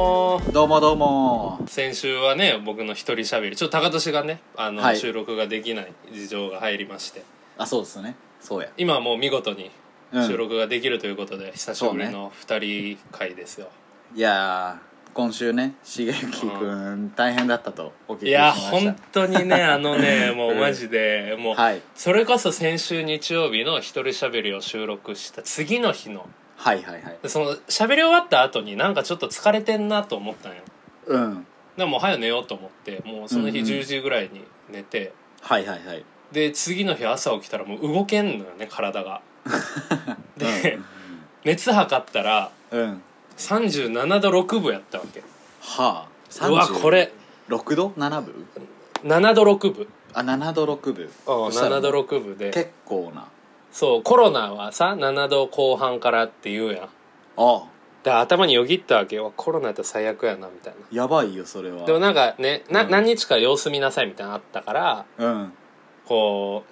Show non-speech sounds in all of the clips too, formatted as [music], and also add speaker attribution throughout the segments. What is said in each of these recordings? Speaker 1: うもどうも
Speaker 2: 先週はね僕の一人しゃべりちょっと高俊がねあの、
Speaker 1: はい
Speaker 2: 収録ができない事情が入りまして
Speaker 1: あそうですねそうや、
Speaker 2: 今はもう見事に
Speaker 1: うん、
Speaker 2: 収録ができるということで、久しぶりの2人会ですよ、
Speaker 1: いやー今週ね茂樹くん大変だったとお聞き
Speaker 2: い
Speaker 1: しま
Speaker 2: や
Speaker 1: した
Speaker 2: 本当にねあの
Speaker 1: [laughs]
Speaker 2: ねもうマジで、もう、
Speaker 1: はい
Speaker 2: それこそ先週日曜日の一人しゃべりを収録した次の日の
Speaker 1: はいはいはい
Speaker 2: そのしゃべり終わった後になんかちょっと疲れてんなと思ったんよ
Speaker 1: うん
Speaker 2: でももう早寝ようと思ってもうその日
Speaker 1: うんうん
Speaker 2: 10時ぐらいに寝て、
Speaker 1: はいはいはい
Speaker 2: で次の日朝起きたらもう動けんのよね体
Speaker 1: [laughs]
Speaker 2: がで、熱測ったら
Speaker 1: うん
Speaker 2: 37度6分やったわけ
Speaker 1: はあ
Speaker 2: うわこれ
Speaker 1: 6度7分
Speaker 2: 7度6分
Speaker 1: あ7度6分そしたら
Speaker 2: 7度6分で
Speaker 1: 結構な
Speaker 2: そうコロナはさ7度後半からって言うやん
Speaker 1: あ
Speaker 2: で頭によぎったわけよコロナやったら最悪やなみたいな
Speaker 1: やばいよそれは
Speaker 2: でもなんかねな、
Speaker 1: うん
Speaker 2: 何日か様子見なさいみたいなのあったから
Speaker 1: うん
Speaker 2: こ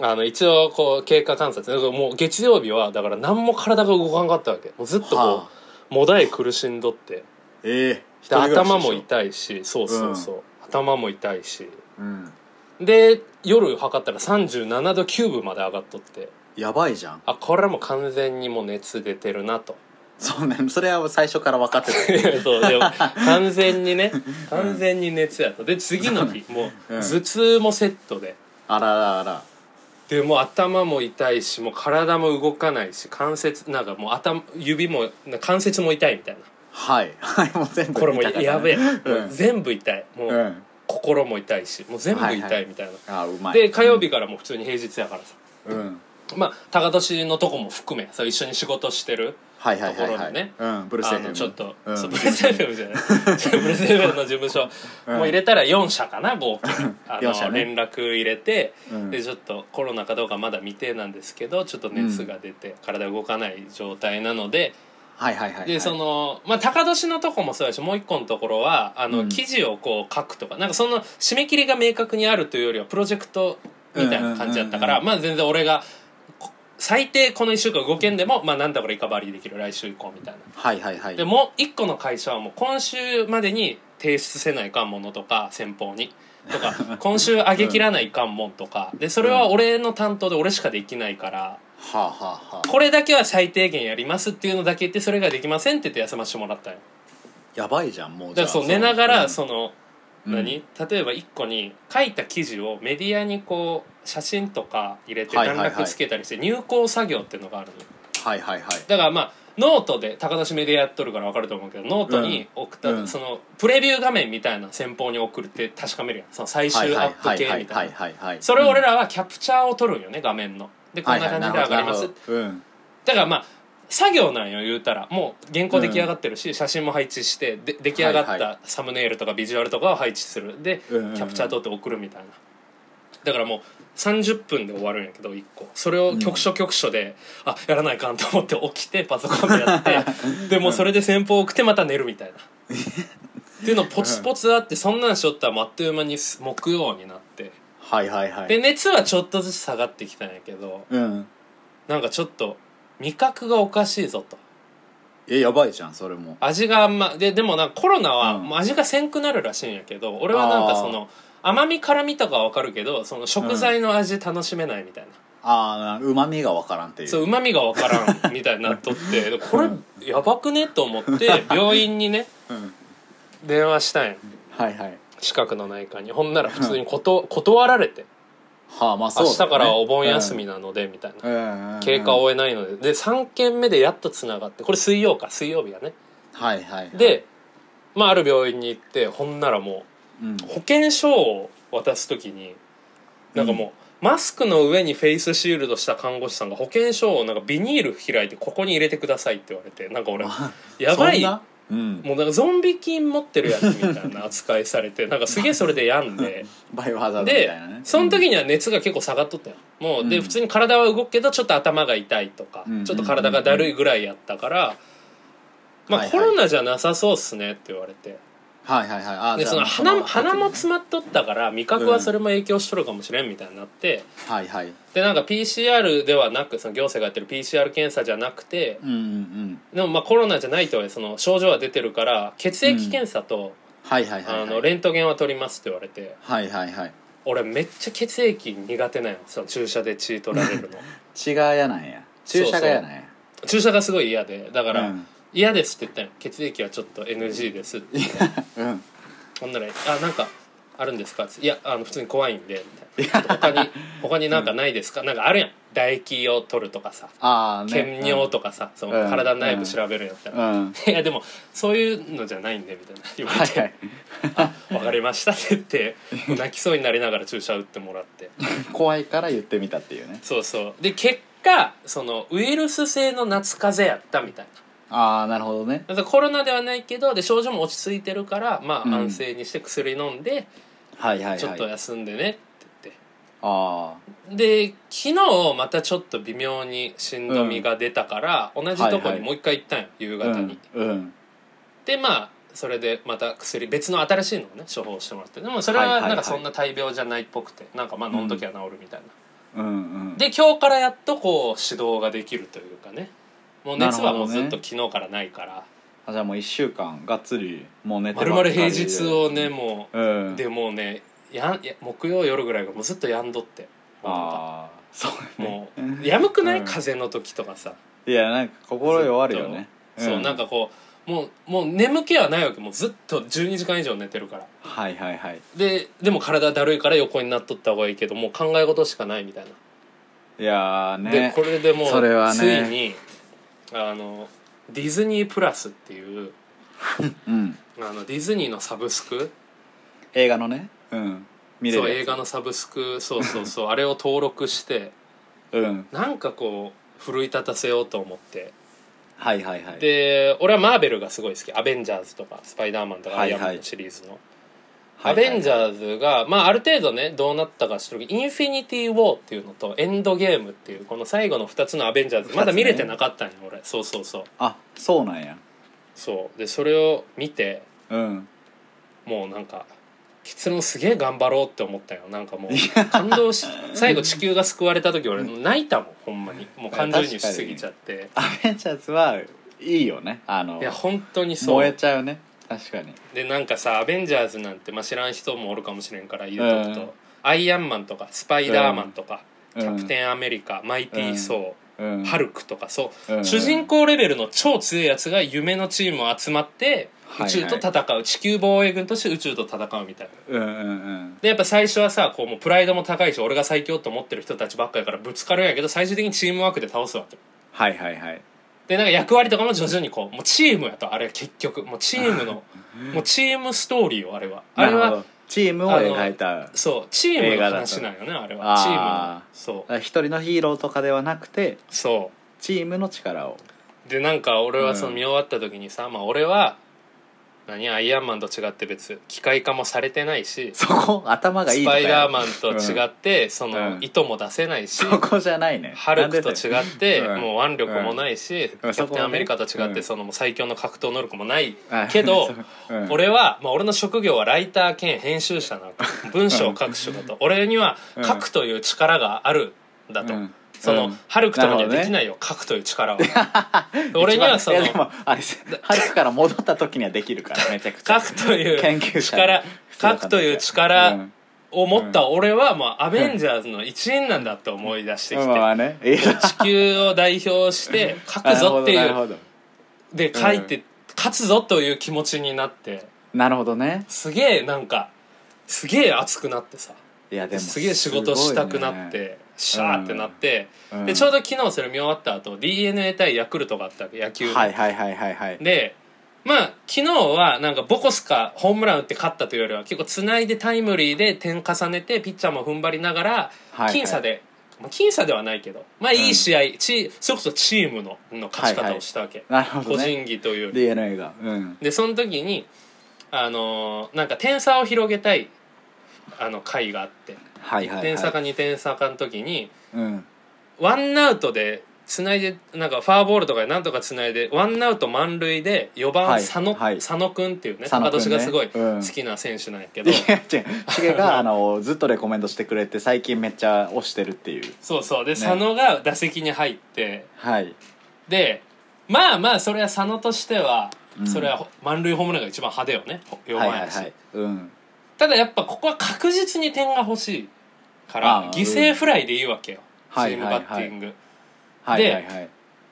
Speaker 2: うあの一応こう経過観察だからもう月曜日はだから何も体が動かんかったわけもうずっとこう、
Speaker 1: はあ
Speaker 2: もだえ苦しんどって
Speaker 1: ええ一
Speaker 2: で
Speaker 1: 人暮ら
Speaker 2: 頭
Speaker 1: しでしょ
Speaker 2: も痛いしそうそうそう、頭も痛いし
Speaker 1: うん
Speaker 2: で夜測ったら37度9分まで上がっとって
Speaker 1: やばいじゃん
Speaker 2: あこれはもう完全にもう熱出てるなと [laughs]
Speaker 1: そうねそれは最初から分かってた
Speaker 2: そうでも完全にね完全に熱やとで次の日もう
Speaker 1: うん
Speaker 2: 頭痛もセットで
Speaker 1: あららあら
Speaker 2: でもう頭も痛いしもう体も動かないし関節なんかもう頭指も関節も痛いみたいな
Speaker 1: はいはいもう全部
Speaker 2: これも
Speaker 1: 見たからね
Speaker 2: やべえ、
Speaker 1: うん
Speaker 2: もう全部痛いもう、
Speaker 1: うん
Speaker 2: 心も痛いしもう全部痛いみたいな、
Speaker 1: あうまい
Speaker 2: で火曜日からもう普通に平日やからさ、
Speaker 1: うん
Speaker 2: まあ高年のとこも含めそう一緒に仕事してる
Speaker 1: はいはいはい
Speaker 2: とこ
Speaker 1: は
Speaker 2: ろ
Speaker 1: い
Speaker 2: でね
Speaker 1: うんブルース
Speaker 2: あ
Speaker 1: FM
Speaker 2: のちょっと、
Speaker 1: うん
Speaker 2: そうブレス FM じゃない
Speaker 1: [laughs]
Speaker 2: ちょっとブレス FM の事務所、
Speaker 1: うん
Speaker 2: もう入れたら4社かな合
Speaker 1: [laughs]
Speaker 2: 計あ
Speaker 1: 4社
Speaker 2: の、
Speaker 1: ね
Speaker 2: 連絡入れて、
Speaker 1: うん
Speaker 2: でちょっとコロナかどうかまだ未定なんですけどちょっと熱が出て、体動かない状態なので、
Speaker 1: はいはいはいはい
Speaker 2: でそのまあ高年のとこもそうだしもう一個のところはあの、
Speaker 1: うん
Speaker 2: 記事をこう書くとかなんかその締め切りが明確にあるというよりはプロジェクトみたいな感じだったから、
Speaker 1: う
Speaker 2: まあ全然俺がこ最低この1週間動けんでもまあなんだこれリカバリーできる来週以降みたいな。
Speaker 1: はいはいはい
Speaker 2: でもう1個の会社はもう今週までに提出せないかんものとか先方に。とか
Speaker 1: [laughs]
Speaker 2: 今週上げきらないかんもんとかでそれは俺の担当で俺しかできないから
Speaker 1: はあはあはあ
Speaker 2: これだけは最低限やりますっていうのだけ言ってそれができませんって言って休ませてもらったんよ
Speaker 1: やばいじゃんも
Speaker 2: だ
Speaker 1: う
Speaker 2: からそう寝ながらそ
Speaker 1: の
Speaker 2: の、
Speaker 1: うん
Speaker 2: 何例えば一個に書いた記事をメディアにこう写真とか入れて
Speaker 1: はい
Speaker 2: 段
Speaker 1: はいはい
Speaker 2: 落つけたりして入稿作業っていうのがあるのよ
Speaker 1: はいはいはい
Speaker 2: だからまあノートで高梨メディアやっとるから分かると思うけどノートに送った、
Speaker 1: うん
Speaker 2: そのプレビュー画面みたいな先方に送るって確かめるやんその最
Speaker 1: はい
Speaker 2: 終
Speaker 1: は
Speaker 2: ア
Speaker 1: い
Speaker 2: ップ系
Speaker 1: はい
Speaker 2: み
Speaker 1: は
Speaker 2: た
Speaker 1: い
Speaker 2: いな
Speaker 1: はいはい
Speaker 2: それを俺らはキャプチャーを取るんよね画面のでこ
Speaker 1: は
Speaker 2: ん
Speaker 1: い
Speaker 2: な
Speaker 1: はい
Speaker 2: 感
Speaker 1: な
Speaker 2: じ
Speaker 1: る
Speaker 2: で上
Speaker 1: ほど
Speaker 2: がります
Speaker 1: なるほどうん
Speaker 2: だからまあ作業なんよ言うたらもう原稿出来上がってるし、写真も配置してで出来上が
Speaker 1: は
Speaker 2: っ
Speaker 1: いは
Speaker 2: たサムネイルとかビジュアルとかを配置するで、
Speaker 1: うんうんうん
Speaker 2: キャプチャー撮って送るみたいなだからもう30分で終わるんやけど1個それを局所局所で、あやらないかんと思って起きてパソコンでやって
Speaker 1: [laughs]
Speaker 2: でもうそれで先方送ってまた寝るみたいなっていうのポツポツあってそんなんしよったらもうあっという間に木曜になって
Speaker 1: はいはいはい
Speaker 2: で熱はちょっとずつ下がってきたんやけど
Speaker 1: うん
Speaker 2: なんかちょっと味覚がおかしいぞと。
Speaker 1: えやばいじゃんそれも
Speaker 2: 味があんまででもなんかコロナは
Speaker 1: うん
Speaker 2: もう味がせんくなるらしいんやけど、俺はなんかその甘み辛みとかはわかるけどその食材の味楽しめないみたいな、
Speaker 1: ああうまみがわからんっていう
Speaker 2: そううまみがわからんみたいになっとってでこれやばくねと思って病院にね
Speaker 1: うん
Speaker 2: 電話したんや
Speaker 1: はいはい
Speaker 2: 近くの内科にほんなら普通にこと断られて
Speaker 1: はあま
Speaker 2: 「
Speaker 1: あそう
Speaker 2: 明
Speaker 1: だ
Speaker 2: 日
Speaker 1: よね
Speaker 2: からお盆休みなので」みたい
Speaker 1: うん
Speaker 2: な
Speaker 1: うんうん
Speaker 2: 経過を終えないのでで3件目でやっとつながってこれ水曜か水曜日やね
Speaker 1: はいはい
Speaker 2: でまあある病院に行ってほんならもう
Speaker 1: うん
Speaker 2: 保険証を渡す時になんかもう、マスクの上にフェイスシールドした看護師さんが保険証をなんかビニール開いてここに入れてくださいって言われてなんか俺やば
Speaker 1: そん
Speaker 2: い
Speaker 1: なうん
Speaker 2: もうなんかゾンビ菌持ってるやつみたいな扱いされてなんかすげえそれで病んで
Speaker 1: バイオハザードみたい
Speaker 2: で
Speaker 1: なね
Speaker 2: その時には熱が結構下がっとったよもうで
Speaker 1: うん
Speaker 2: 普通に体は動くけどちょっと頭が痛いとか
Speaker 1: うん
Speaker 2: ちょっと体がだるいぐらいやったからま
Speaker 1: は
Speaker 2: あ
Speaker 1: いはい
Speaker 2: コロナじゃなさそうっすねって言われて。
Speaker 1: ははいはいはいあ
Speaker 2: で
Speaker 1: じゃあ
Speaker 2: その
Speaker 1: その
Speaker 2: 鼻鼻も詰まっとったから味覚はそれも影響しとるかもしれんみたいになって、
Speaker 1: はいはい
Speaker 2: でなんか PCR ではなくその行政がやってる PCR 検査じゃなくて
Speaker 1: うんうんうん
Speaker 2: でもまあコロナじゃないとはいえその症状は出てるから血液検査と、
Speaker 1: はいはいはい
Speaker 2: あ
Speaker 1: は
Speaker 2: の
Speaker 1: い
Speaker 2: レントゲンは取りますって言われて
Speaker 1: はいはいはい
Speaker 2: 俺めっちゃ血液苦手なんよその注射で血取られるの [laughs]
Speaker 1: 血が嫌なんや注射が嫌なんや
Speaker 2: 注射がすごい嫌でだから、
Speaker 1: うん
Speaker 2: 嫌ですって言ったんよ血液はちょっと NG ですって
Speaker 1: うん
Speaker 2: ほんなら「あなんかあるんですか?」いやあの普通に怖いんで」みたいな他に他になんかないですか、なんかあるやん唾液を取るとかさ
Speaker 1: ああね
Speaker 2: 検尿とかさ、その
Speaker 1: うん
Speaker 2: 体の内部調べるんやったら、
Speaker 1: うん
Speaker 2: いやでもそういうのじゃないんでみたいな言わ
Speaker 1: は
Speaker 2: れ
Speaker 1: い
Speaker 2: て
Speaker 1: は
Speaker 2: 「
Speaker 1: い
Speaker 2: 分かりました」って言って泣きそうになりながら注射打ってもらって
Speaker 1: 怖いから言ってみたっていうね
Speaker 2: そうそうで結果そのウイルス性の夏風邪やったみたいな
Speaker 1: ああなるほどね
Speaker 2: だからコロナではないけどで症状も落ち着いてるからま
Speaker 1: うん
Speaker 2: あ安静にして薬飲んで、
Speaker 1: はいはい
Speaker 2: ちょ
Speaker 1: は
Speaker 2: っと
Speaker 1: い
Speaker 2: 休んでねって
Speaker 1: あ
Speaker 2: 言ってで昨日またちょっと微妙にしんどみが出たから、同じとこにもう一回行ったんよ、夕
Speaker 1: あ
Speaker 2: 方に、
Speaker 1: うんうん
Speaker 2: でまあそれでまた薬別の新しいのをね処方してもらってでもそれ
Speaker 1: はいは
Speaker 2: はい
Speaker 1: はい
Speaker 2: なんかそんな大病じゃないっぽくてなんかまあ飲んどきゃ治るみたいな、
Speaker 1: うんうん
Speaker 2: で今日からやっとこう指導ができるというかねもう熱はもう
Speaker 1: なる
Speaker 2: ず
Speaker 1: ほど
Speaker 2: っ
Speaker 1: ね
Speaker 2: と昨日からないから、
Speaker 1: あじゃあもう1週間がっつりもう寝て
Speaker 2: まるまる平日をねも
Speaker 1: う
Speaker 2: う、
Speaker 1: ん
Speaker 2: でもうねやんいや木曜夜ぐらいがもうずっとやんどっても
Speaker 1: ああそう
Speaker 2: う
Speaker 1: ね
Speaker 2: もうやむくない、
Speaker 1: うん
Speaker 2: 風邪の時とかさ、
Speaker 1: いやなんか心弱るよね
Speaker 2: そうなんかこうもうもう眠気はないわけもうずっと12時間以上寝てるから
Speaker 1: はいはいはい
Speaker 2: ででも体だるいから横になっとった方がいいけどもう考え事しかないみたいな、
Speaker 1: いやー
Speaker 2: で
Speaker 1: ね
Speaker 2: これでも
Speaker 1: それは
Speaker 2: う
Speaker 1: ね
Speaker 2: ついにあのディズニープラスっていう
Speaker 1: うん
Speaker 2: あのディズニーのサブスク
Speaker 1: 映画のねうん見れ
Speaker 2: そう
Speaker 1: る
Speaker 2: 映画のサブスクそうそう
Speaker 1: [laughs]
Speaker 2: そうあれを登録して
Speaker 1: うん
Speaker 2: なんかこう奮い立たせようと思って
Speaker 1: はいはいはい
Speaker 2: で俺はマーベルがすごい好き「アベンジャーズ」とか「スパイダーマン」とか「ア
Speaker 1: はい
Speaker 2: イ
Speaker 1: は
Speaker 2: アン
Speaker 1: い
Speaker 2: マン」のシリーズの、
Speaker 1: はい
Speaker 2: アベンジ
Speaker 1: ー
Speaker 2: ャーズが、まあ、ある程度ねどうなったか知ってるけどインフィニティ・ウォーっていうのとエンドゲームっていうこの最後の2つのアベンジャーズ、
Speaker 1: 二つね
Speaker 2: まだ見れてなかったんよ俺そうそうそう
Speaker 1: あそうなんや
Speaker 2: そうでそれを見て
Speaker 1: うん
Speaker 2: もうなんか結論すげえ頑張ろうって思ったよなんかもう感動し最後地球が救われた時俺泣いたもんほん
Speaker 1: [laughs]
Speaker 2: まにもう感情移入しすぎちゃって
Speaker 1: アベンジャーズはいいよねあの
Speaker 2: いや本当にそう
Speaker 1: 燃えちゃうね確かに
Speaker 2: でなんかさ「アベンジャーズ」なんて、まあ、知らん人もおるかもしれんから言うとくと、
Speaker 1: うん
Speaker 2: アイアンマン」とか「スパイダーマン」とか、
Speaker 1: うん
Speaker 2: キャプテンアメリカ」マイティー・ソ
Speaker 1: う
Speaker 2: ー」
Speaker 1: ん
Speaker 2: ハルク」とかそう、
Speaker 1: うん
Speaker 2: 主人公レベルの超強いやつが夢のチームを集まって
Speaker 1: はい
Speaker 2: 宇
Speaker 1: はい
Speaker 2: 宙と戦う、地球防衛軍として宇宙と戦うみたいな。
Speaker 1: うんうんうん
Speaker 2: でやっぱ最初はさこうもうプライドも高いし俺が最強と思ってる人たちばっかりからぶつかるんやけど最終的にチームワークで倒すわけ
Speaker 1: はいはいはい
Speaker 2: でなんか役割とかも徐々にこうもうチームやとあれは結局もうチームのもうチームストーリーよあれはあれ
Speaker 1: なるほ
Speaker 2: は
Speaker 1: どチームを描いた
Speaker 2: そうチーム
Speaker 1: 映
Speaker 2: の
Speaker 1: 画だと
Speaker 2: 話なんよねあれ
Speaker 1: あ
Speaker 2: は
Speaker 1: ー
Speaker 2: チームのそう
Speaker 1: 一人のヒーローとかではなくて
Speaker 2: そ
Speaker 1: チームの力を
Speaker 2: うでなんか俺はそうの
Speaker 1: ん
Speaker 2: 見終わった時にさ、まあ俺は何アイアンマンと違って別機械化もされてないし
Speaker 1: そこ頭がい
Speaker 2: ス
Speaker 1: いと
Speaker 2: パ
Speaker 1: か
Speaker 2: イ
Speaker 1: や
Speaker 2: ダーマンと違って、その
Speaker 1: うん
Speaker 2: 意図も出せないし、
Speaker 1: そこじゃないね
Speaker 2: ハルクと
Speaker 1: う
Speaker 2: 違って
Speaker 1: うん
Speaker 2: もう腕力もないし、
Speaker 1: うん
Speaker 2: キャプテンアメリカと
Speaker 1: そこは
Speaker 2: 違っ
Speaker 1: ね
Speaker 2: てそのもう最強の格闘能力もない
Speaker 1: あ
Speaker 2: けど
Speaker 1: [laughs] そううん
Speaker 2: 俺は、まあ、俺の職業はライター兼編集者なわけ文章を書く仕事俺には
Speaker 1: うん
Speaker 2: 書くという力があるんだと、
Speaker 1: うん
Speaker 2: その、
Speaker 1: うん
Speaker 2: ハルクとかには
Speaker 1: なるほどね
Speaker 2: できないよ、書くという力は
Speaker 1: [laughs]
Speaker 2: 俺にはその
Speaker 1: いやでもあれハルクから戻った時にはでき
Speaker 2: [laughs]
Speaker 1: るからめちゃくち
Speaker 2: 書
Speaker 1: ゃ
Speaker 2: くという
Speaker 1: 研
Speaker 2: 力
Speaker 1: 究者強か
Speaker 2: 書
Speaker 1: った
Speaker 2: くという力を持った俺は、まあ、アベンジャーズの一員なんだって思い出してきて、
Speaker 1: まあねいや
Speaker 2: 地球を代表して書くぞって
Speaker 1: [laughs] なる
Speaker 2: い
Speaker 1: ほ
Speaker 2: う
Speaker 1: ど
Speaker 2: で
Speaker 1: うん
Speaker 2: 書いて、勝つぞという気持ちになって
Speaker 1: なるほどね
Speaker 2: すげえなんかすげえ熱くなってさ
Speaker 1: いやでも
Speaker 2: すげえ仕事したくなって、シャーってなって、
Speaker 1: うん
Speaker 2: でちょうど昨日それ見終わった後 d n a 対ヤクルトがあったわけ野
Speaker 1: すご
Speaker 2: 球
Speaker 1: いね
Speaker 2: の、
Speaker 1: はいはいはいはいはい
Speaker 2: でまあ昨日はなんかボコスかホームラン打って勝ったというよりは結構つないでタイムリーで点重ねてピッチャーも踏ん張りながら
Speaker 1: はいはい
Speaker 2: 僅差で、まあ僅差ではないけどまあいい試合、チそれこそチームのの勝ち
Speaker 1: はい
Speaker 2: 方
Speaker 1: はい
Speaker 2: をしたわけ、
Speaker 1: なるほ
Speaker 2: 個
Speaker 1: どね
Speaker 2: 人技というより
Speaker 1: DNA がうん
Speaker 2: でその時にあのーなんか点差を広げたいあの回があって、
Speaker 1: はいはいはい
Speaker 2: 1点差か2点差かの時に
Speaker 1: うん
Speaker 2: ワンアウトで繋いでなんかフォアボールとかでなんとか繋いでワンアウト満塁で4番
Speaker 1: はい
Speaker 2: 佐野,、
Speaker 1: はい
Speaker 2: 佐野君っていうね
Speaker 1: 佐野君ね
Speaker 2: 私がすごい
Speaker 1: うん
Speaker 2: 好きな選手なんやけ
Speaker 1: い
Speaker 2: ど、
Speaker 1: や違うシ
Speaker 2: [laughs]
Speaker 1: ゲがあのずっとレコメンドしてくれて最近めっちゃ推してるっていう
Speaker 2: そうそうで、佐野が打席に入って
Speaker 1: はい
Speaker 2: でまあまあそれは佐野としては、
Speaker 1: うん
Speaker 2: それはほ満塁ホームランが一番派手よねほ4
Speaker 1: は
Speaker 2: 番
Speaker 1: い
Speaker 2: やし、
Speaker 1: はいはいうん
Speaker 2: ただやっぱここは確実に点が欲しいから
Speaker 1: あー
Speaker 2: 犠牲フライでいいわけよ、
Speaker 1: はい
Speaker 2: チームバッティング、
Speaker 1: はいはいはい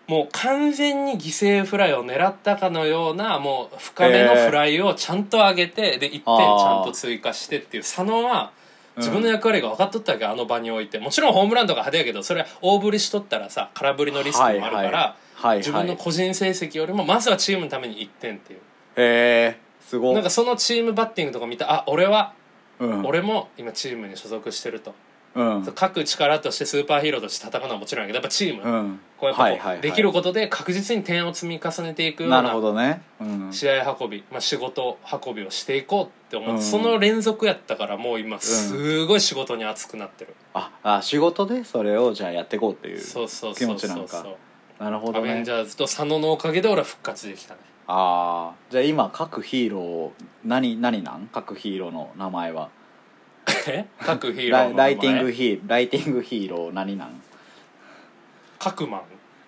Speaker 2: もう完全に犠牲フライを狙ったかのようなもう深めのフライをちゃんと上げて、で1点ちゃんと追加してっていう佐野は自分の役割が分かっとったわけ、あの場においてもちろんホームランとか派手やけどそれは大振りしとったらさ空振りのリスクもあるから、
Speaker 1: はいはいはい
Speaker 2: 自分の個人成績よりもまずはチームのために1点っていう、
Speaker 1: へえすごい
Speaker 2: なんかそのチームバッティングとか見たあ俺は、
Speaker 1: うん
Speaker 2: 俺も今チームに所属してると、
Speaker 1: うん
Speaker 2: 書く力としてスーパーヒーローとして戦うのはもちろんやけどやっぱチーム、
Speaker 1: うん
Speaker 2: こうやっぱこうできることで確実に点を積み重ねていくよう
Speaker 1: な
Speaker 2: な
Speaker 1: るほどねうん
Speaker 2: 試合運び、まあ、仕事運びをしていこうって思って、
Speaker 1: うん
Speaker 2: その連続やったからもう今すごい仕事に熱くなってる、
Speaker 1: ああ仕事でそれをじゃあやっていこうっていう
Speaker 2: そうそう
Speaker 1: 気
Speaker 2: そ
Speaker 1: 持
Speaker 2: う
Speaker 1: ち
Speaker 2: そう
Speaker 1: な
Speaker 2: そ
Speaker 1: の
Speaker 2: う
Speaker 1: かなるほ
Speaker 2: ア
Speaker 1: ど
Speaker 2: ベ
Speaker 1: ね
Speaker 2: ンジャーズと佐野のおかげで俺は復活できた
Speaker 1: [laughs]
Speaker 2: ね
Speaker 1: ああじゃあ今各ヒーロー何何なん各ヒーローの名前は
Speaker 2: え各ヒーロー
Speaker 1: ラ
Speaker 2: の名
Speaker 1: イ
Speaker 2: 前
Speaker 1: ライティングヒーライティングヒーロー何なん
Speaker 2: 各マン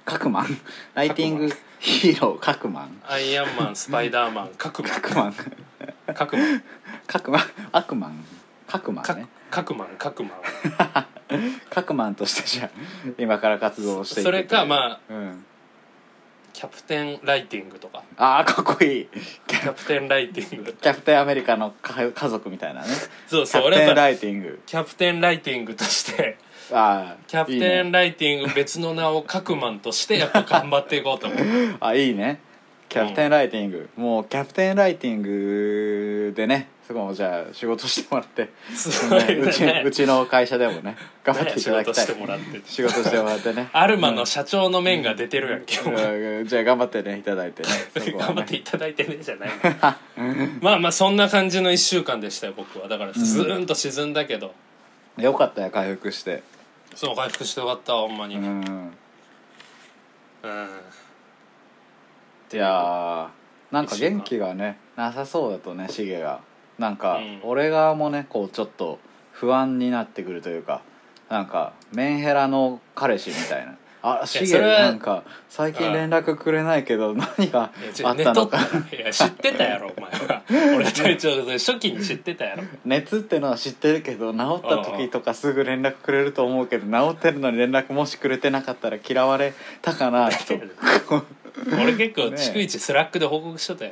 Speaker 1: 各マンライティングヒーロー各マン
Speaker 2: アイアン
Speaker 1: [laughs]
Speaker 2: マンスパイダーマン各マン
Speaker 1: 各マン
Speaker 2: 各マン
Speaker 1: 各マン悪マン各マン
Speaker 2: 各
Speaker 1: ね
Speaker 2: 各マン各マン
Speaker 1: 各マンとしてじゃあ今から活動をしていく
Speaker 2: それかま
Speaker 1: あ、うん、
Speaker 2: キャプテンライティングとか
Speaker 1: ああかっこいい
Speaker 2: キャプテンライティング
Speaker 1: キャプテンアメリカの家家族みたいなね
Speaker 2: そう [laughs]
Speaker 1: キ
Speaker 2: そう
Speaker 1: ャプ
Speaker 2: 俺
Speaker 1: テ
Speaker 2: や
Speaker 1: ン
Speaker 2: っぱ
Speaker 1: ライティング
Speaker 2: キャプテンライティングとして
Speaker 1: ああ
Speaker 2: [laughs] キャプ
Speaker 1: いい
Speaker 2: テン
Speaker 1: ね
Speaker 2: ライティング別の名を各マンとしてやっぱ頑張っていこうと思う [laughs]
Speaker 1: あいいねキャプテンライティング、もうキャプテンライティングでねそこもじゃあ仕事してもらって、
Speaker 2: すごいね
Speaker 1: うちうちの会社でもね頑張っ
Speaker 2: ね
Speaker 1: てい
Speaker 2: 仕
Speaker 1: ただ
Speaker 2: 事
Speaker 1: きた
Speaker 2: し
Speaker 1: い
Speaker 2: てもらって
Speaker 1: 仕事してもらってね
Speaker 2: アルマの社長の面が出てるやんけ、お前
Speaker 1: うんじゃあ頑張ってねいただいてねそこ
Speaker 2: [laughs]
Speaker 1: は
Speaker 2: 頑張
Speaker 1: ね
Speaker 2: っていただいてねじゃないのまあまあそんな感じの1週間でしたよ僕はだからずーんと沈んだけど、
Speaker 1: よかったよ回復して
Speaker 2: その回復してよかったわほんまに
Speaker 1: う
Speaker 2: うん、
Speaker 1: んいやーなんか元気がねなさそうだとねシゲがなんか
Speaker 2: うん
Speaker 1: 俺側もねこうちょっと不安になってくるというかなんかメンヘラの彼氏みたいなあシ
Speaker 2: そ
Speaker 1: ゲ
Speaker 2: れは
Speaker 1: なんか最近連絡くれないけど何が
Speaker 2: いやち
Speaker 1: あ
Speaker 2: ょ
Speaker 1: っ
Speaker 2: 寝
Speaker 1: た
Speaker 2: と
Speaker 1: の
Speaker 2: っ
Speaker 1: か
Speaker 2: たいや知ってたやろお前 [laughs] は俺隊長初期に知ってた [laughs] やろ
Speaker 1: 熱ってのは知ってるけど治った時とかすぐ連絡くれると思うけど治ってるのに連絡もしくれてなかったら嫌われたかなと
Speaker 2: [laughs] 俺結構
Speaker 1: ねえ
Speaker 2: 逐一スラックで報告しとった
Speaker 1: [laughs]
Speaker 2: よ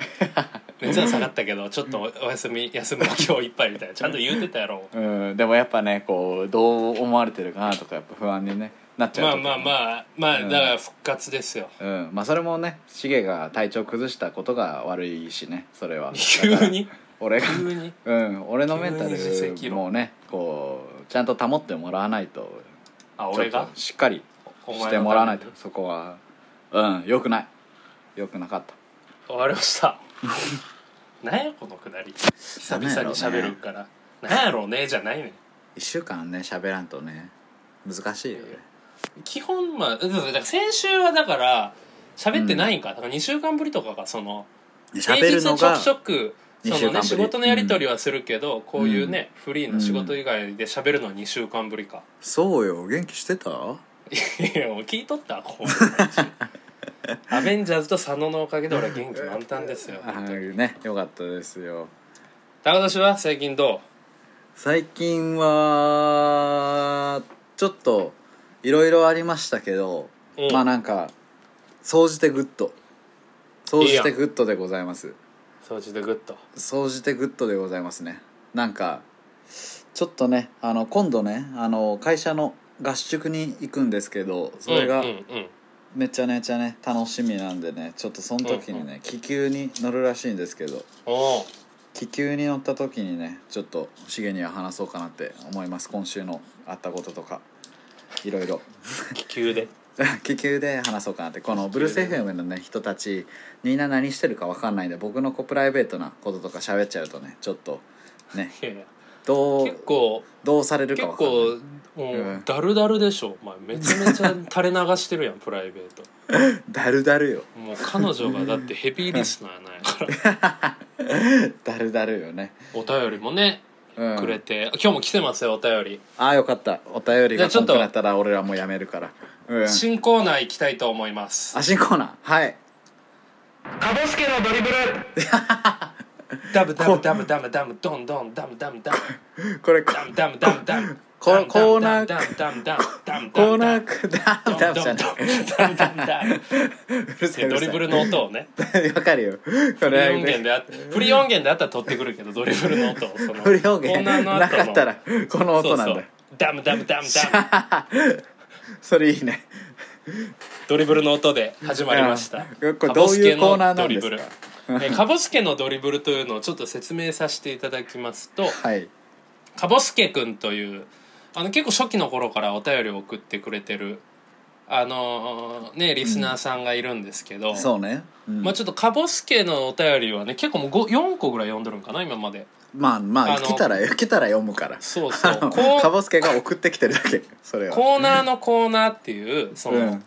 Speaker 2: 熱は下がったけどちょっとお休み休みは今日いっぱいみたいなちゃんと言うてたやろ
Speaker 1: うんでもやっぱねこうどう思われてるかなとかやっぱ不安に、ね、なっちゃ
Speaker 2: ま
Speaker 1: う
Speaker 2: あ
Speaker 1: とか
Speaker 2: まあまあまあ
Speaker 1: う
Speaker 2: だ
Speaker 1: ん
Speaker 2: から復活ですよ
Speaker 1: うんまあそれもねシゲが体調崩したことが悪いしねそれは
Speaker 2: [laughs] 急に
Speaker 1: 俺が
Speaker 2: 急に
Speaker 1: うん俺のメンタ
Speaker 2: 急に自責
Speaker 1: ル
Speaker 2: 論
Speaker 1: もうねこうちゃんと保ってもらわないと
Speaker 2: あ俺
Speaker 1: ちょ
Speaker 2: が
Speaker 1: っとしっかり
Speaker 2: お前の
Speaker 1: してもらわない
Speaker 2: た
Speaker 1: と
Speaker 2: め
Speaker 1: そこはうんよくないよくなかった
Speaker 2: に終わりました
Speaker 1: [laughs]
Speaker 2: なんやこのくだり久々に喋るからなんやろうねじゃないねん
Speaker 1: 1週間ね喋らんとね難しいよね
Speaker 2: 基本まあうんだから先週はだから喋ってないんか、だから2週間ぶりとかがその
Speaker 1: 喋るの
Speaker 2: 平
Speaker 1: が
Speaker 2: 日ちょくちょく
Speaker 1: 二
Speaker 2: そ
Speaker 1: 週
Speaker 2: の
Speaker 1: 間ぶ
Speaker 2: ね
Speaker 1: り
Speaker 2: 仕事のやり取りはするけど、こういうねフリーの仕事以外で喋るのは2週間ぶり
Speaker 1: [laughs]
Speaker 2: か、
Speaker 1: そうよ元気してた
Speaker 2: いやもう聞いとったこういう話
Speaker 1: [laughs]
Speaker 2: アベンジャーズと佐野のおかげで俺は元気満タンですよ本当に
Speaker 1: はいねよかったですよ
Speaker 2: 高年は最近ど
Speaker 1: 最近はちょっといろいろありましたけど、
Speaker 2: うん
Speaker 1: まあなんか総じてグッド総じてグッドでございます
Speaker 2: う掃除でグッと
Speaker 1: 総じてグッドでございますねなんかちょっとねあの今度ねあの会社の合宿に行くんですけどそれが
Speaker 2: うんうん
Speaker 1: めちゃめちゃね楽しみなんでねちょっとその時にね、
Speaker 2: うん
Speaker 1: 気球に乗るらしいんですけど
Speaker 2: おう
Speaker 1: 気球に乗った時にねちょっとシゲには話そうかなって思います今週のあったこととかいろい [laughs] ろ
Speaker 2: 気球で
Speaker 1: 気球で話そうかなってこのブルース FM のね人たちみんな
Speaker 2: [laughs]
Speaker 1: 何してるか分かんないんで僕のこうプライベートなこととか喋っちゃうとねちょっとね
Speaker 2: いやいや
Speaker 1: ど
Speaker 2: 結
Speaker 1: う
Speaker 2: 構
Speaker 1: どうされるか
Speaker 2: 結
Speaker 1: わかんない
Speaker 2: 構うんだるだるでしょお前めちゃめちゃ垂れ流してるやんプライベート
Speaker 1: だるだるよ
Speaker 2: もう彼女がだってヘビーリスナーなんやから
Speaker 1: だるだるよね、
Speaker 2: お便りもね
Speaker 1: うん、
Speaker 2: くれて今日も来てますよお便り
Speaker 1: ああよかったお便り
Speaker 2: じゃあ
Speaker 1: が
Speaker 2: ちょっ
Speaker 1: 来
Speaker 2: と
Speaker 1: なくなったら俺らもうやめるからうんあ新
Speaker 2: 新コーナー行きたいと思います
Speaker 1: コーナーはい
Speaker 2: カボスケのドリブルダムダムダムダムダムドンドンダムダムダム
Speaker 1: これこ
Speaker 2: ダムダムダムダム
Speaker 1: こコーナー
Speaker 2: ダムダムダムダムダムダム
Speaker 1: コーナ
Speaker 2: ダ
Speaker 1: ー
Speaker 2: ム
Speaker 1: くだ
Speaker 2: ドン
Speaker 1: だ
Speaker 2: ドン
Speaker 1: じゃない
Speaker 2: ドンダムダム
Speaker 1: うるせえ
Speaker 2: ドリブル
Speaker 1: の
Speaker 2: の音をね
Speaker 1: [laughs] わかるよこ
Speaker 2: フリー音
Speaker 1: れ
Speaker 2: 源であフリー音源であったら取ってくるけどドリブルの音をその
Speaker 1: 不良源
Speaker 2: コーナーの後の
Speaker 1: なかったらこの音なんだ
Speaker 2: そうそうダムダムダムダム
Speaker 1: それいいね
Speaker 2: ドリブルの音で始まりました
Speaker 1: うん [laughs] これどういうコーナーなんですか
Speaker 2: カボスケのドリブルえカボスケのドリブルというのをちょっと説明させていただきますと
Speaker 1: はい
Speaker 2: カボスケくんというあの結構初期の頃からお便りを送ってくれてるあのーねリスナーさんがいるんですけど、
Speaker 1: そうね、うん
Speaker 2: まあ、ちょっとカボスケのお便りはね結構もうご4個ぐらい読んでるんかな今まで
Speaker 1: まあまあ
Speaker 2: あの
Speaker 1: 来たら来たら読むから
Speaker 2: そうそ
Speaker 1: [laughs] あ
Speaker 2: う
Speaker 1: の
Speaker 2: こう
Speaker 1: かぼすけが送ってきてるだけそれは
Speaker 2: コーナーのコーナーっていうその、
Speaker 1: うん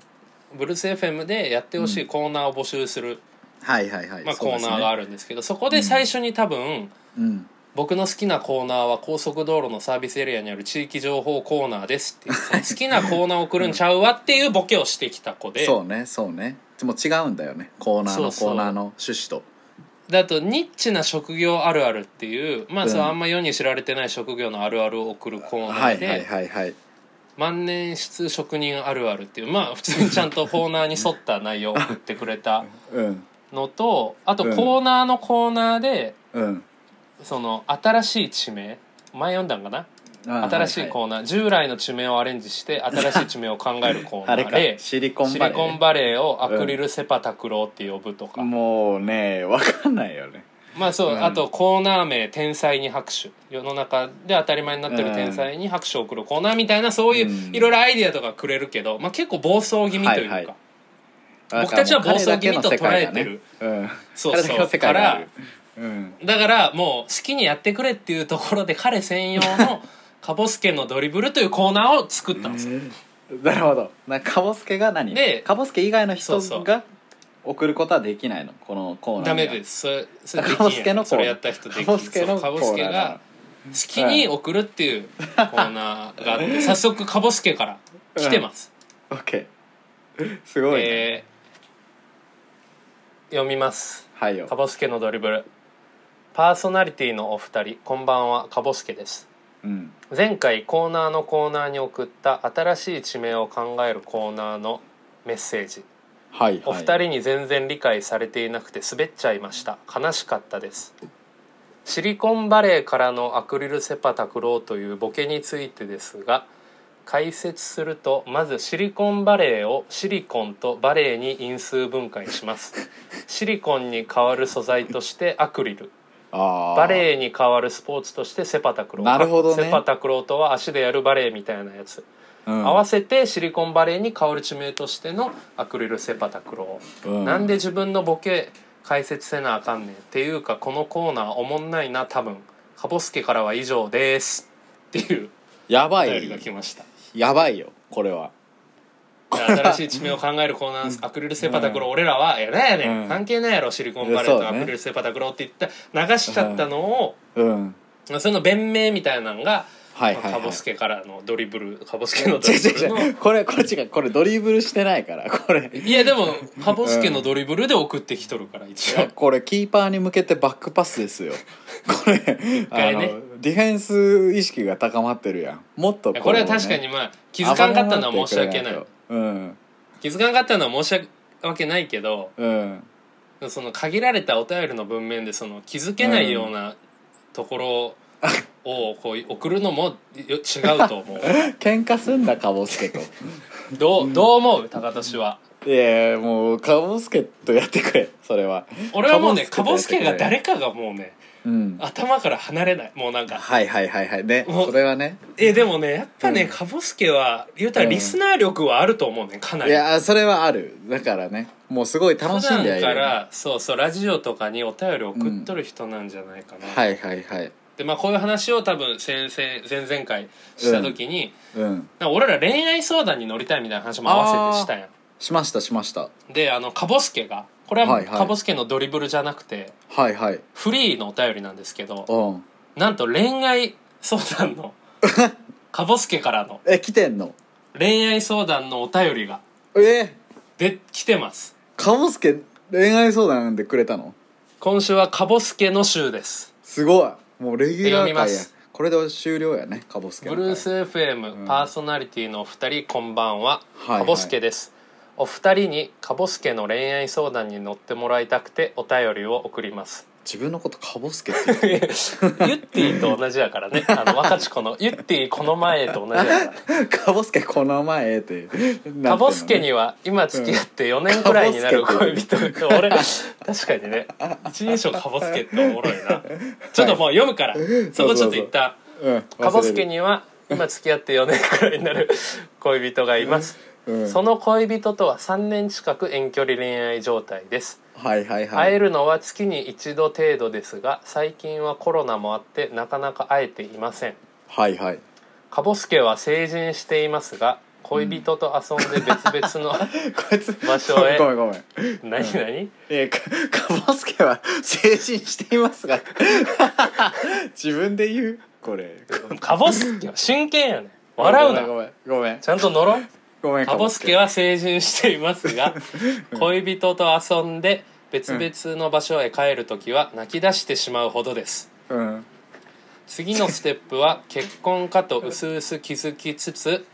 Speaker 2: ブルース FM でやってほしいコーナーを募集する、
Speaker 1: はいはいはい
Speaker 2: まあ、コーナーがあ
Speaker 1: る
Speaker 2: るんですけどそこで最初に多分、
Speaker 1: うん
Speaker 2: 僕の好きなコーナーは高速道路のサービスエリアにある地域情報コーナーですっていうその好きなコーナーを送るんちゃうわっていうボケをしてきた子で
Speaker 1: そうねそうねでも違うんだよねコーナー
Speaker 2: そう
Speaker 1: の
Speaker 2: そう
Speaker 1: コーナーの趣旨と
Speaker 2: だとニッチな職業あるあるっていうまあ
Speaker 1: うん
Speaker 2: そうあんま世に知られてない職業のあるあるを送るコーナ
Speaker 1: は
Speaker 2: ー
Speaker 1: いはい
Speaker 2: で
Speaker 1: はいはい
Speaker 2: 万年筆職人あるあるっていうまあ普通にちゃんとコーナーに沿った内容を送ってくれた
Speaker 1: うん
Speaker 2: のとあと
Speaker 1: うん
Speaker 2: コーナーのコーナーで
Speaker 1: うん
Speaker 2: その新しい地名前読んだんかな新しいコ
Speaker 1: ー
Speaker 2: ーナー、従来の地名をアレンジして新しい地名を考えるコー
Speaker 1: [laughs]
Speaker 2: ナ
Speaker 1: あれ
Speaker 2: ー
Speaker 1: か
Speaker 2: でシ
Speaker 1: シリコン
Speaker 2: リ
Speaker 1: バレ
Speaker 2: コン
Speaker 1: ー
Speaker 2: バレーをアクリルセパタクローって呼ぶとか、
Speaker 1: もうねわかんないよね
Speaker 2: まあそう、
Speaker 1: うん
Speaker 2: あとコーナー名「天才に拍手」世の中で当たり前になってる天才に拍手を送るコーナーみたいなそういう
Speaker 1: うん
Speaker 2: いろいろアイディアとかくれるけど、まあ、結構暴走気味というか、
Speaker 1: はいはい
Speaker 2: 僕たちは暴走気味と捉え
Speaker 1: だ
Speaker 2: て
Speaker 1: ね
Speaker 2: る
Speaker 1: うん
Speaker 2: そう
Speaker 1: 彼だけの
Speaker 2: そう
Speaker 1: 世
Speaker 2: か
Speaker 1: 界があ
Speaker 2: ら
Speaker 1: るうん
Speaker 2: だからもう好きにやってくれっていうところで彼専用の「カボスケのドリブル」というコーナーを作ったんですよ。
Speaker 1: なるほどなかぼすけが何
Speaker 2: で
Speaker 1: かぼすけ以外の人
Speaker 2: そうそ
Speaker 1: が送ることはできないのこのコーナー
Speaker 2: ダメ
Speaker 1: す
Speaker 2: ですそれそれで
Speaker 1: カボス
Speaker 2: き
Speaker 1: ケ
Speaker 2: んや
Speaker 1: の
Speaker 2: ん
Speaker 1: コ
Speaker 2: そ
Speaker 1: ーナー
Speaker 2: れやった人できん
Speaker 1: カボスケの
Speaker 2: そうカボスケ
Speaker 1: コーナーだ
Speaker 2: が好きに送るっていうコーナーがあって早速カボスケから来てます、
Speaker 1: オッケーすごいね、
Speaker 2: えー読みます
Speaker 1: はいよ
Speaker 2: カボスケのドリブルパーソナリティのお二人こんばんはカボスケです
Speaker 1: うん
Speaker 2: 前回コーナーのコーナーに送った新しい地名を考えるコーナーのメッセージ
Speaker 1: はいはい
Speaker 2: お二人に全然理解されていなくて滑っちゃいました悲しかったですシリコンバレーからのアクリルセパタクローというボケについてですが解説するとまずシリコンバレーをシリコンとバレーに因数分解しますシリコンに代わる素材としてアクリル
Speaker 1: あ
Speaker 2: バレ
Speaker 1: ー
Speaker 2: ーに代わるスポーツとしてセパタクロー
Speaker 1: なるほどね
Speaker 2: セパタクローとは足でやるバレーみたいなやつ、
Speaker 1: うん
Speaker 2: 合わせてシリコンバレーに代わる地名としてのアクリルセパタクロー
Speaker 1: う
Speaker 2: なんで自分のボケ解説せなあかんねんっていうかこのコーナーおもんないな多分カボスケからは以上ですっていう
Speaker 1: やば
Speaker 2: お便りが
Speaker 1: い
Speaker 2: 来ました、
Speaker 1: やばいよこれは
Speaker 2: 新しい地名を考えるコーナーですアクリルセパタクロー、俺らは「いやなんやねん、
Speaker 1: うん
Speaker 2: 関係ないやろシリコンバレー
Speaker 1: そう
Speaker 2: と
Speaker 1: だ
Speaker 2: ア
Speaker 1: ね
Speaker 2: クリルセパタクロー」って言った流しちゃったのを、
Speaker 1: うん
Speaker 2: その弁明みたいなのが、
Speaker 1: はいはい、はい、
Speaker 2: カボスケからのドリブルカボスケのド
Speaker 1: 違う
Speaker 2: リブ
Speaker 1: 違
Speaker 2: ル
Speaker 1: う
Speaker 2: の
Speaker 1: 違うこれこれ違うこれドリブルしてないからこれい
Speaker 2: いやでもカボスケのドリブルで送ってきとるから一応
Speaker 1: やこれキーパーに向けてバックパ
Speaker 2: [laughs]
Speaker 1: スですよこれ、あ
Speaker 2: 回
Speaker 1: の
Speaker 2: ね
Speaker 1: ディフェンス意識が高まってるやんもっと
Speaker 2: いや
Speaker 1: う
Speaker 2: これは確かに
Speaker 1: ね
Speaker 2: まあ気づかんかったのは申し訳な
Speaker 1: 暴れ
Speaker 2: い
Speaker 1: 回ってくれない
Speaker 2: 気づかんかったのは申し訳ないけど
Speaker 1: とうんうん
Speaker 2: その限られたお便りの文面でその気づけないようなところをこう送るのもよ違うと [laughs] 思う
Speaker 1: 喧嘩すんだかぼす
Speaker 2: [laughs]
Speaker 1: けと
Speaker 2: どうどう思う高俊はい
Speaker 1: やいやもうかぼすけとやってくれそれは
Speaker 2: 俺はもうねカ
Speaker 1: か
Speaker 2: ボ
Speaker 1: ぼ
Speaker 2: ス
Speaker 1: す
Speaker 2: ケ
Speaker 1: けと
Speaker 2: が
Speaker 1: やってくれ
Speaker 2: 誰かがもうね
Speaker 1: うん
Speaker 2: 頭から離れないもうなんか
Speaker 1: はいはいはいはいね
Speaker 2: もう
Speaker 1: それはね
Speaker 2: えでもねやっぱね、
Speaker 1: うん
Speaker 2: カボスケは言うたら
Speaker 1: うん
Speaker 2: リスナー力はあると思うねかないり
Speaker 1: やそれはあるだからねもうすごい楽
Speaker 2: 普
Speaker 1: しん
Speaker 2: 段
Speaker 1: ではいる
Speaker 2: からそうそうラジオとかにお便り送っとる人なんじゃないかな、
Speaker 1: はいはいはい
Speaker 2: って、まあ、こういう話を多分先々前々回した時に、
Speaker 1: うん
Speaker 2: なんか俺ら恋愛相談に乗りたいみたいな話も合わせてしたや
Speaker 1: しましたしました
Speaker 2: んであのカボスケがこれは
Speaker 1: はいはい
Speaker 2: カボスケのドリブルじゃなくて
Speaker 1: はいはい
Speaker 2: フリーのお便りなんですけど
Speaker 1: うん
Speaker 2: なんと恋愛相談のカボスケからの
Speaker 1: え来てんの
Speaker 2: 恋愛相談のお便りが
Speaker 1: え
Speaker 2: で来てます
Speaker 1: カモスケ恋愛相談でくれたの
Speaker 2: 今週はカボスケの週です
Speaker 1: すごいもうレギュラー
Speaker 2: 読み
Speaker 1: 会
Speaker 2: ま
Speaker 1: や
Speaker 2: す
Speaker 1: これで終了やねカボスケ
Speaker 2: ブ
Speaker 1: の
Speaker 2: ルー
Speaker 1: 回
Speaker 2: ス FM パーソナリティのお二人こんばんは、
Speaker 1: はいはい
Speaker 2: カボスケですお二人にカボスケの恋愛相談に乗ってもらいたくてお便りを送ります
Speaker 1: 自分のことカボスケって言う
Speaker 2: ユッティと同じや [laughs] からねあの若智子のユッティこの前と同じや [laughs] から
Speaker 1: [laughs] カボスケこの前って
Speaker 2: [laughs] カボスケ
Speaker 1: は
Speaker 2: には今付き合って4年くらいになる恋人俺確かにね一人称カボスケっておもろいなちょっともう読むからそこちょっと一旦
Speaker 1: うん、
Speaker 2: カボスケ
Speaker 1: に、
Speaker 2: には今付き合って4年くらいになる恋人がいます
Speaker 1: うん、
Speaker 2: その恋人とは3年近く遠距離恋愛状態です
Speaker 1: はいはいはい
Speaker 2: 会えるのは月に一度程度ですが最近はコロナもあってなかなか会えていません
Speaker 1: はいはい
Speaker 2: カボスケは成人していますが恋人と遊んで別々の、
Speaker 1: こいつ
Speaker 2: 場所へ
Speaker 1: ごめんごめん
Speaker 2: [laughs] 何何
Speaker 1: えー、かカボスケは成人していますが [laughs] 自分で言うこれ
Speaker 2: カボスケは真剣やねん笑う
Speaker 1: ご
Speaker 2: な
Speaker 1: めんごめん
Speaker 2: ちゃんと乗ろう
Speaker 1: ごめん
Speaker 2: カボスケは成人していますが恋人と遊んで別々の場所へ帰る時は泣き出してしまうほどです
Speaker 1: カボスケうん
Speaker 2: 次のステップは結婚かと薄々気づきつつ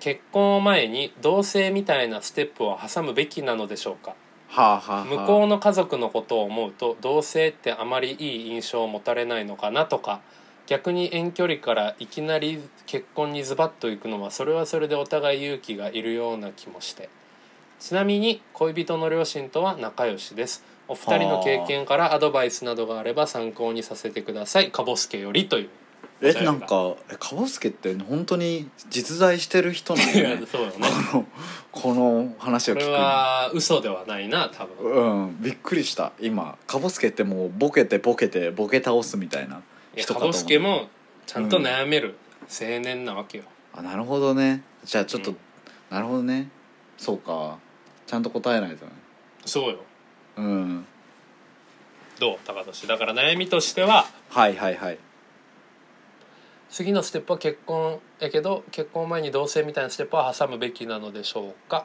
Speaker 2: 結婚を前に同棲みたいなステップを挟むべきなのでしょうか
Speaker 1: はあ、はあはあ、
Speaker 2: 向こうの家族のことを思うと同棲ってあまりいい印象を持たれないのかなとか逆に遠距離からいきなり結婚にズバッといくのはそれはそれでお互い勇気がいるような気もしてちなみに恋人の両親とは仲良しですお二人の経験からアドバイスなどがあれば参考にさせてくださいかぼすけよりという
Speaker 1: えなんかえカボスケって本当に実在してる人なん
Speaker 2: い
Speaker 1: だ
Speaker 2: や
Speaker 1: よね
Speaker 2: [laughs] そうよね
Speaker 1: このこの話を
Speaker 2: こ
Speaker 1: 聞く
Speaker 2: れは嘘ではないな多分
Speaker 1: うんびっくりした今カボスケってもうボケてボケてボケ倒すみたいない
Speaker 2: や
Speaker 1: 人
Speaker 2: か
Speaker 1: かと思
Speaker 2: ぼ
Speaker 1: う
Speaker 2: すけもちゃんと悩める青年なわけよ
Speaker 1: あなるほどねじゃあちょっと、
Speaker 2: うん
Speaker 1: なるほどねそうかちゃんと答えないとね
Speaker 2: そうよ
Speaker 1: うん
Speaker 2: どう高俊だから悩みとしては
Speaker 1: はいはいはい
Speaker 2: 次のステップは結婚やけど結婚前に同棲みたいなステップは挟むべきなのでしょうか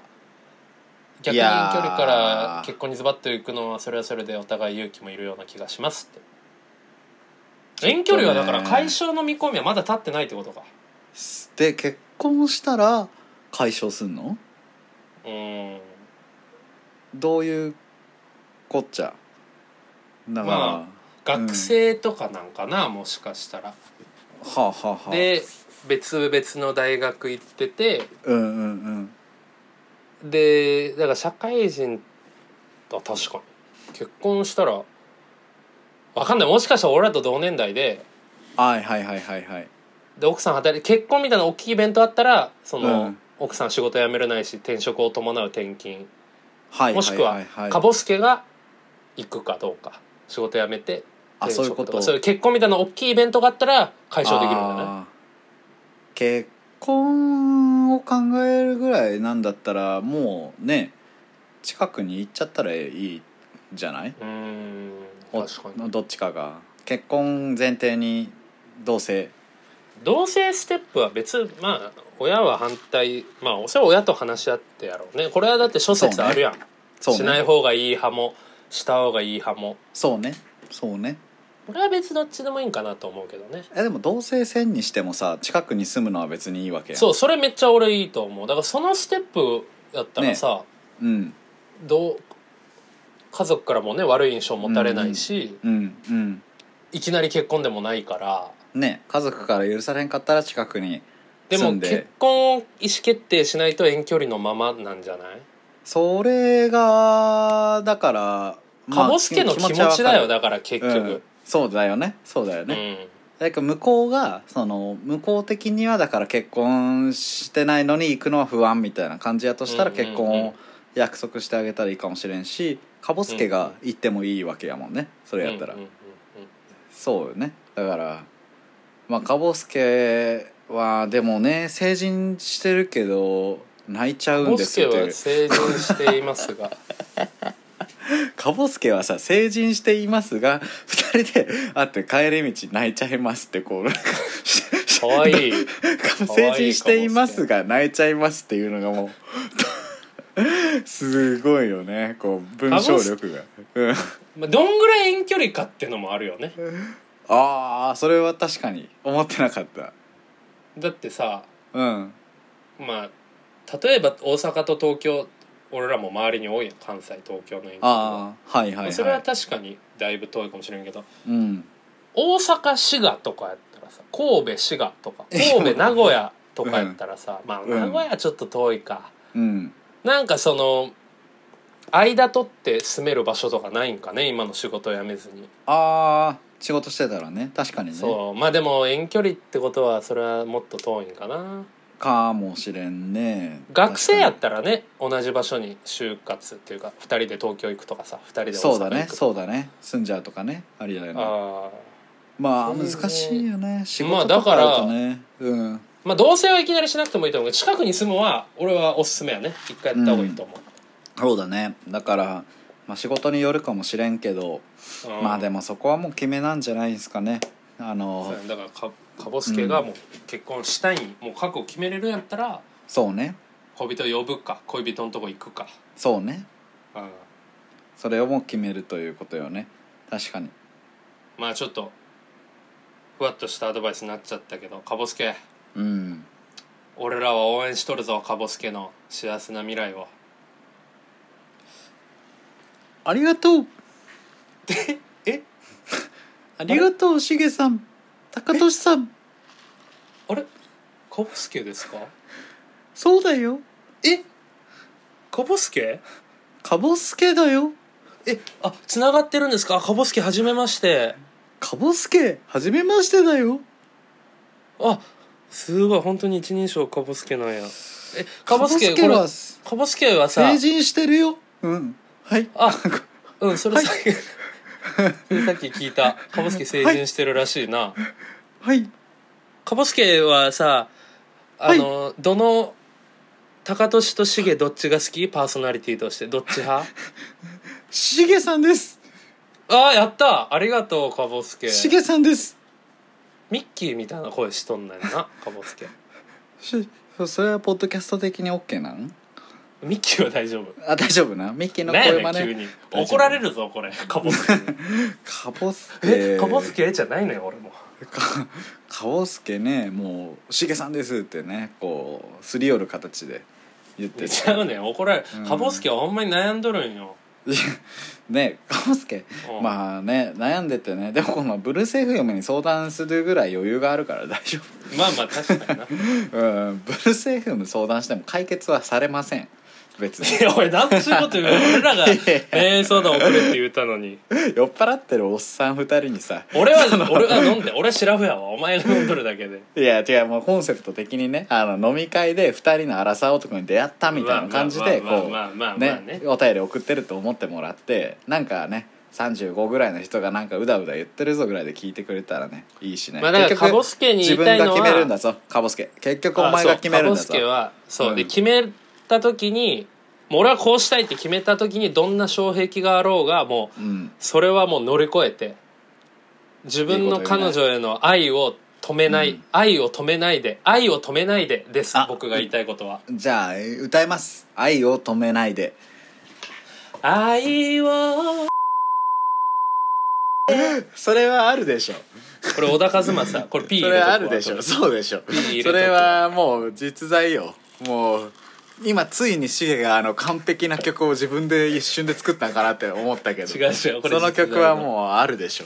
Speaker 2: 逆に
Speaker 1: い
Speaker 2: 遠距
Speaker 1: やー
Speaker 2: 離から結婚にズバッといくのはそれはそれでお互い勇気もいるような気がしますって遠距離はだから解消の見込みはまだ立ってないってことか
Speaker 1: で結婚したら解消すんの
Speaker 2: うーん
Speaker 1: どういうこっちゃだから、
Speaker 2: ま学生とかなんかな、もしかしたら
Speaker 1: はあはあはあ
Speaker 2: で別々の大学行ってて
Speaker 1: うんうんうん
Speaker 2: でだから社会人あ確かに結婚したらわかんないもしかしたら俺らと同年代で
Speaker 1: はいはいはいはいはい
Speaker 2: で奥さん働いて結婚みたいな大きいイベントあったらその、
Speaker 1: うん
Speaker 2: 奥さん仕事辞めれないし転職を伴う転勤
Speaker 1: はい
Speaker 2: もしくはカボスケが行くかどうか仕事辞めて
Speaker 1: あ
Speaker 2: 転
Speaker 1: そういう
Speaker 2: 職
Speaker 1: こと
Speaker 2: とかそういう結婚みたいな大きいイベントがあったら解消できるんだね
Speaker 1: あー結婚を考えるぐらいなんだったらもうね近くに行っちゃったらいいじゃないう
Speaker 2: ーん
Speaker 1: お
Speaker 2: 確かに
Speaker 1: どっちかが結婚前提に同棲
Speaker 2: 同棲ステップは別まあ親は反対まあそれは親と話し合ってやろうねこれはだって諸説あるやん、
Speaker 1: そう
Speaker 2: しない
Speaker 1: ね
Speaker 2: 方がいい派もした方がいい派も
Speaker 1: そうねそうね
Speaker 2: これは別どっちでもいいんかなと思うけどね
Speaker 1: えでも同棲せんにしてもさ近くに住むのは別にいいわけやん
Speaker 2: そうそれめっちゃ俺いいと思うだからそのステップやったらさ、
Speaker 1: うん
Speaker 2: どう家族からもね悪い印象持たれないし、
Speaker 1: うんうん
Speaker 2: いきなり結婚でもないから
Speaker 1: ね家族から許されんかったら近くに
Speaker 2: で
Speaker 1: 住
Speaker 2: も
Speaker 1: んで
Speaker 2: 結婚を意思決定しないと遠距離のままなんじゃない
Speaker 1: それがだからまあ
Speaker 2: かぼすけの気持
Speaker 1: はわ
Speaker 2: ち
Speaker 1: か
Speaker 2: だ
Speaker 1: る
Speaker 2: よだから結
Speaker 1: うん
Speaker 2: 局、、
Speaker 1: そうだよねそうだよ
Speaker 2: うん
Speaker 1: ね、だから向こうがその向こう的にはだから結婚してないのに行くのは不安みたいな感じやとしたら
Speaker 2: うんうんうん
Speaker 1: 結婚を約束してあげたらいいかもしれんしかぼすけが行ってもいいわけやもんねそれやったら、
Speaker 2: うんうんうんうん
Speaker 1: そうよねだからまあかぼすけはでもね成人してるけど泣いちゃうん
Speaker 2: ボ
Speaker 1: で
Speaker 2: ス
Speaker 1: す
Speaker 2: ケ
Speaker 1: っ
Speaker 2: は
Speaker 1: て
Speaker 2: 成人していますが
Speaker 1: [laughs] かぼすけはさ成人していますが [laughs] 二人で会って帰り道泣いちゃいますってこうなんか
Speaker 2: かわいい
Speaker 1: 成人していますが泣いちゃいますっていうのがもう [laughs] すごいよねこう文章力が、うん、
Speaker 2: まあどんぐらい遠距離かってのもあるよね
Speaker 1: ああそれは確かに思ってなかった
Speaker 2: だってさ
Speaker 1: うん
Speaker 2: まあ例えば大阪と東京俺らも周りに多いやん関西東京の遠距離は
Speaker 1: ああはいはいはい
Speaker 2: それは確かにだいぶ遠いかもしれんけど
Speaker 1: うん
Speaker 2: 大阪滋賀とかやったらさ神戸滋賀
Speaker 1: [laughs]
Speaker 2: とか神戸名古屋とかやったらさ、まあ
Speaker 1: うん
Speaker 2: 名古屋はちょっと遠いか、
Speaker 1: うん
Speaker 2: なんかその間取って住める場所とかないんかね今の仕事辞めずに、
Speaker 1: ああ仕事してたらね確かにね
Speaker 2: そうまあでも遠距離ってことはそれはもっと遠いんかな
Speaker 1: かもしれんね
Speaker 2: 学生やったらね同じ場所に就活っていうか2人で東京行くとかさ2人で大阪行く
Speaker 1: そうだねそうだね住んじゃうとかねありだよね
Speaker 2: あー
Speaker 1: まあ
Speaker 2: そういうね
Speaker 1: 難しいよね仕
Speaker 2: まあ
Speaker 1: 事と
Speaker 2: だ
Speaker 1: か
Speaker 2: から
Speaker 1: だとね、うん
Speaker 2: まあ同棲はいきなりしなくてもいいと思うけど近くに住むは俺はおすすめやね一回やった方がいいと思う、
Speaker 1: そうだねだから、まあ、仕事によるかもしれんけど、
Speaker 2: うん
Speaker 1: まあでもそこはもう決めなんじゃないですかねあ
Speaker 2: そう
Speaker 1: の
Speaker 2: やねだからかかぼすけがもう結婚したいに、もう覚悟決めれるんやったら
Speaker 1: そうね
Speaker 2: 恋人呼ぶか恋人のとこ行くか、
Speaker 1: そうね
Speaker 2: うん、
Speaker 1: それをもう決めるということよね確かに
Speaker 2: まあちょっとふわっとしたアドバイスになっちゃったけどかぼすけ
Speaker 1: うん
Speaker 2: 俺らは応援しとるぞかぼすけの幸せな未来を
Speaker 1: ありがとう
Speaker 2: え
Speaker 1: ありがとうしげさんたかとしさん
Speaker 2: あれかぼすけですか
Speaker 1: そうだよ
Speaker 2: えかぼすけ
Speaker 1: かぼすけだよ
Speaker 2: えあつながってるんですかあかぼすけはじめまして
Speaker 1: かぼすけはじめましてだよ
Speaker 2: あすごい本当に一人称かぼすけなんやえか
Speaker 1: か
Speaker 2: ぼ
Speaker 1: ぼ
Speaker 2: す
Speaker 1: す
Speaker 2: け
Speaker 1: け
Speaker 2: これ
Speaker 1: は
Speaker 2: かぼすけはさ
Speaker 1: 成人してるようんはい
Speaker 2: あ、うん、それさっき、それさっき聞いた。かぼすけ成人してるらしいな。
Speaker 1: はい
Speaker 2: かぼすけはさ、あの、どの、たかとしとしげどっちが好きパーソナリティとして。どっち派
Speaker 1: しげさんです
Speaker 2: あー、やったありがとう、かぼすけ。
Speaker 1: しげさんです
Speaker 2: ミッキーみたいな声しとんないな、かぼすけ。
Speaker 1: しそれはポッドキャスト的に OK なん
Speaker 2: ミッキーは大丈夫。
Speaker 1: あ大丈夫なミッキーの
Speaker 2: なんや
Speaker 1: 声
Speaker 2: ねん
Speaker 1: 真
Speaker 2: 急
Speaker 1: 似
Speaker 2: に
Speaker 1: 大丈夫
Speaker 2: 怒られるぞこれかぼすけに
Speaker 1: かぼすけ
Speaker 2: えかぼすけじゃないのよ俺も
Speaker 1: かかぼすけねもう「しげさんです」ってねこうすり寄る形で言って
Speaker 2: 違うねん怒られる
Speaker 1: うん
Speaker 2: かぼすけはほんまに悩んどるんよ、
Speaker 1: ねかぼすけ
Speaker 2: うん
Speaker 1: まあね悩んでてねでもこのブルース FM に相談するぐらい余裕があるから大丈
Speaker 2: まあまあ確かにな
Speaker 1: 夫うんブルース FM 相談しても解決はされません別 [laughs] に
Speaker 2: いや俺何もしこと言うの俺らが
Speaker 1: [laughs] いやい
Speaker 2: 恋愛相談送れって言ったのに
Speaker 1: 酔っ払ってるおっさん二人にさ
Speaker 2: 俺は俺が飲んで俺はシラフやわお前が飲んどるだけで
Speaker 1: いや違うもうコンセプト的にねあの飲み会で二人の争う男に出会ったみたいな感じで
Speaker 2: まあ
Speaker 1: こう
Speaker 2: まあまあまあまあまあ
Speaker 1: ね
Speaker 2: ね、
Speaker 1: お便り送ってると思ってもらってなんかね35ぐらいの人がなんかうだうだ言ってるぞぐらいで聞いてくれたらねいいしね、
Speaker 2: まあだから
Speaker 1: 結局
Speaker 2: カボスケに言
Speaker 1: 自
Speaker 2: いたい
Speaker 1: 分
Speaker 2: の
Speaker 1: が
Speaker 2: は
Speaker 1: 決めるんだぞカボスケ結局
Speaker 2: あ
Speaker 1: お前が
Speaker 2: そう
Speaker 1: 決め
Speaker 2: カ
Speaker 1: るんだ
Speaker 2: ボ
Speaker 1: ぞ
Speaker 2: スケはそう、で
Speaker 1: うん
Speaker 2: 決めた時にもう俺はこうしたいって決めた時にどんな障壁があろうがもう
Speaker 1: うん
Speaker 2: それはもう乗り越えて自分の彼女への愛を止めない
Speaker 1: うん
Speaker 2: 愛を止めないで愛を止めないでです
Speaker 1: あ
Speaker 2: 僕が言いたいことは
Speaker 1: じゃあえー歌います「愛を止めないで
Speaker 2: 愛を」
Speaker 1: それはあるでしょ
Speaker 2: これ小田和
Speaker 1: [laughs]
Speaker 2: 正これ P
Speaker 1: そ
Speaker 2: 入
Speaker 1: れ
Speaker 2: れとく
Speaker 1: は
Speaker 2: わ
Speaker 1: あるでし
Speaker 2: 後
Speaker 1: ょ
Speaker 2: で
Speaker 1: そうでしょ
Speaker 2: 入れと
Speaker 1: そ
Speaker 2: く
Speaker 1: れはもう実在よもう今ついにシゲがあの完璧な曲を自分で一瞬で作ったんかなって思ったけど
Speaker 2: 違う違うこれ
Speaker 1: その曲はもうあるでしょ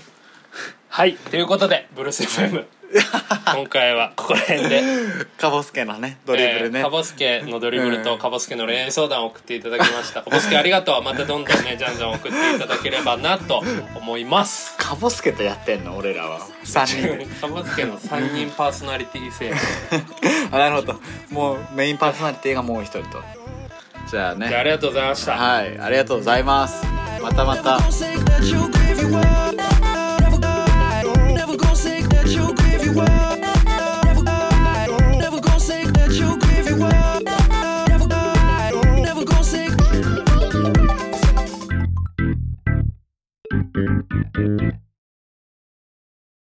Speaker 2: はいということでブルース
Speaker 1: [laughs]
Speaker 2: FM 今回はここら辺で
Speaker 1: カボスケのねドリブルね、
Speaker 2: えーカボスケのドリブル
Speaker 1: う
Speaker 2: と
Speaker 1: ん
Speaker 2: カボスケの恋愛相談を送っていただきました、カボスケありがとうまたどんどんねじゃんじゃん送っていただければなと思います [laughs]
Speaker 1: カボスケとやってんの俺らは3人で
Speaker 2: カボスケの3人パーソナリティ制度
Speaker 1: あなるほどもうメインパーソナリティがもう一人とじ
Speaker 2: じゃあ
Speaker 1: ゃあ
Speaker 2: あ
Speaker 1: ね
Speaker 2: りがとうございました
Speaker 1: はいありがとうございますまたまた
Speaker 3: I'll say that you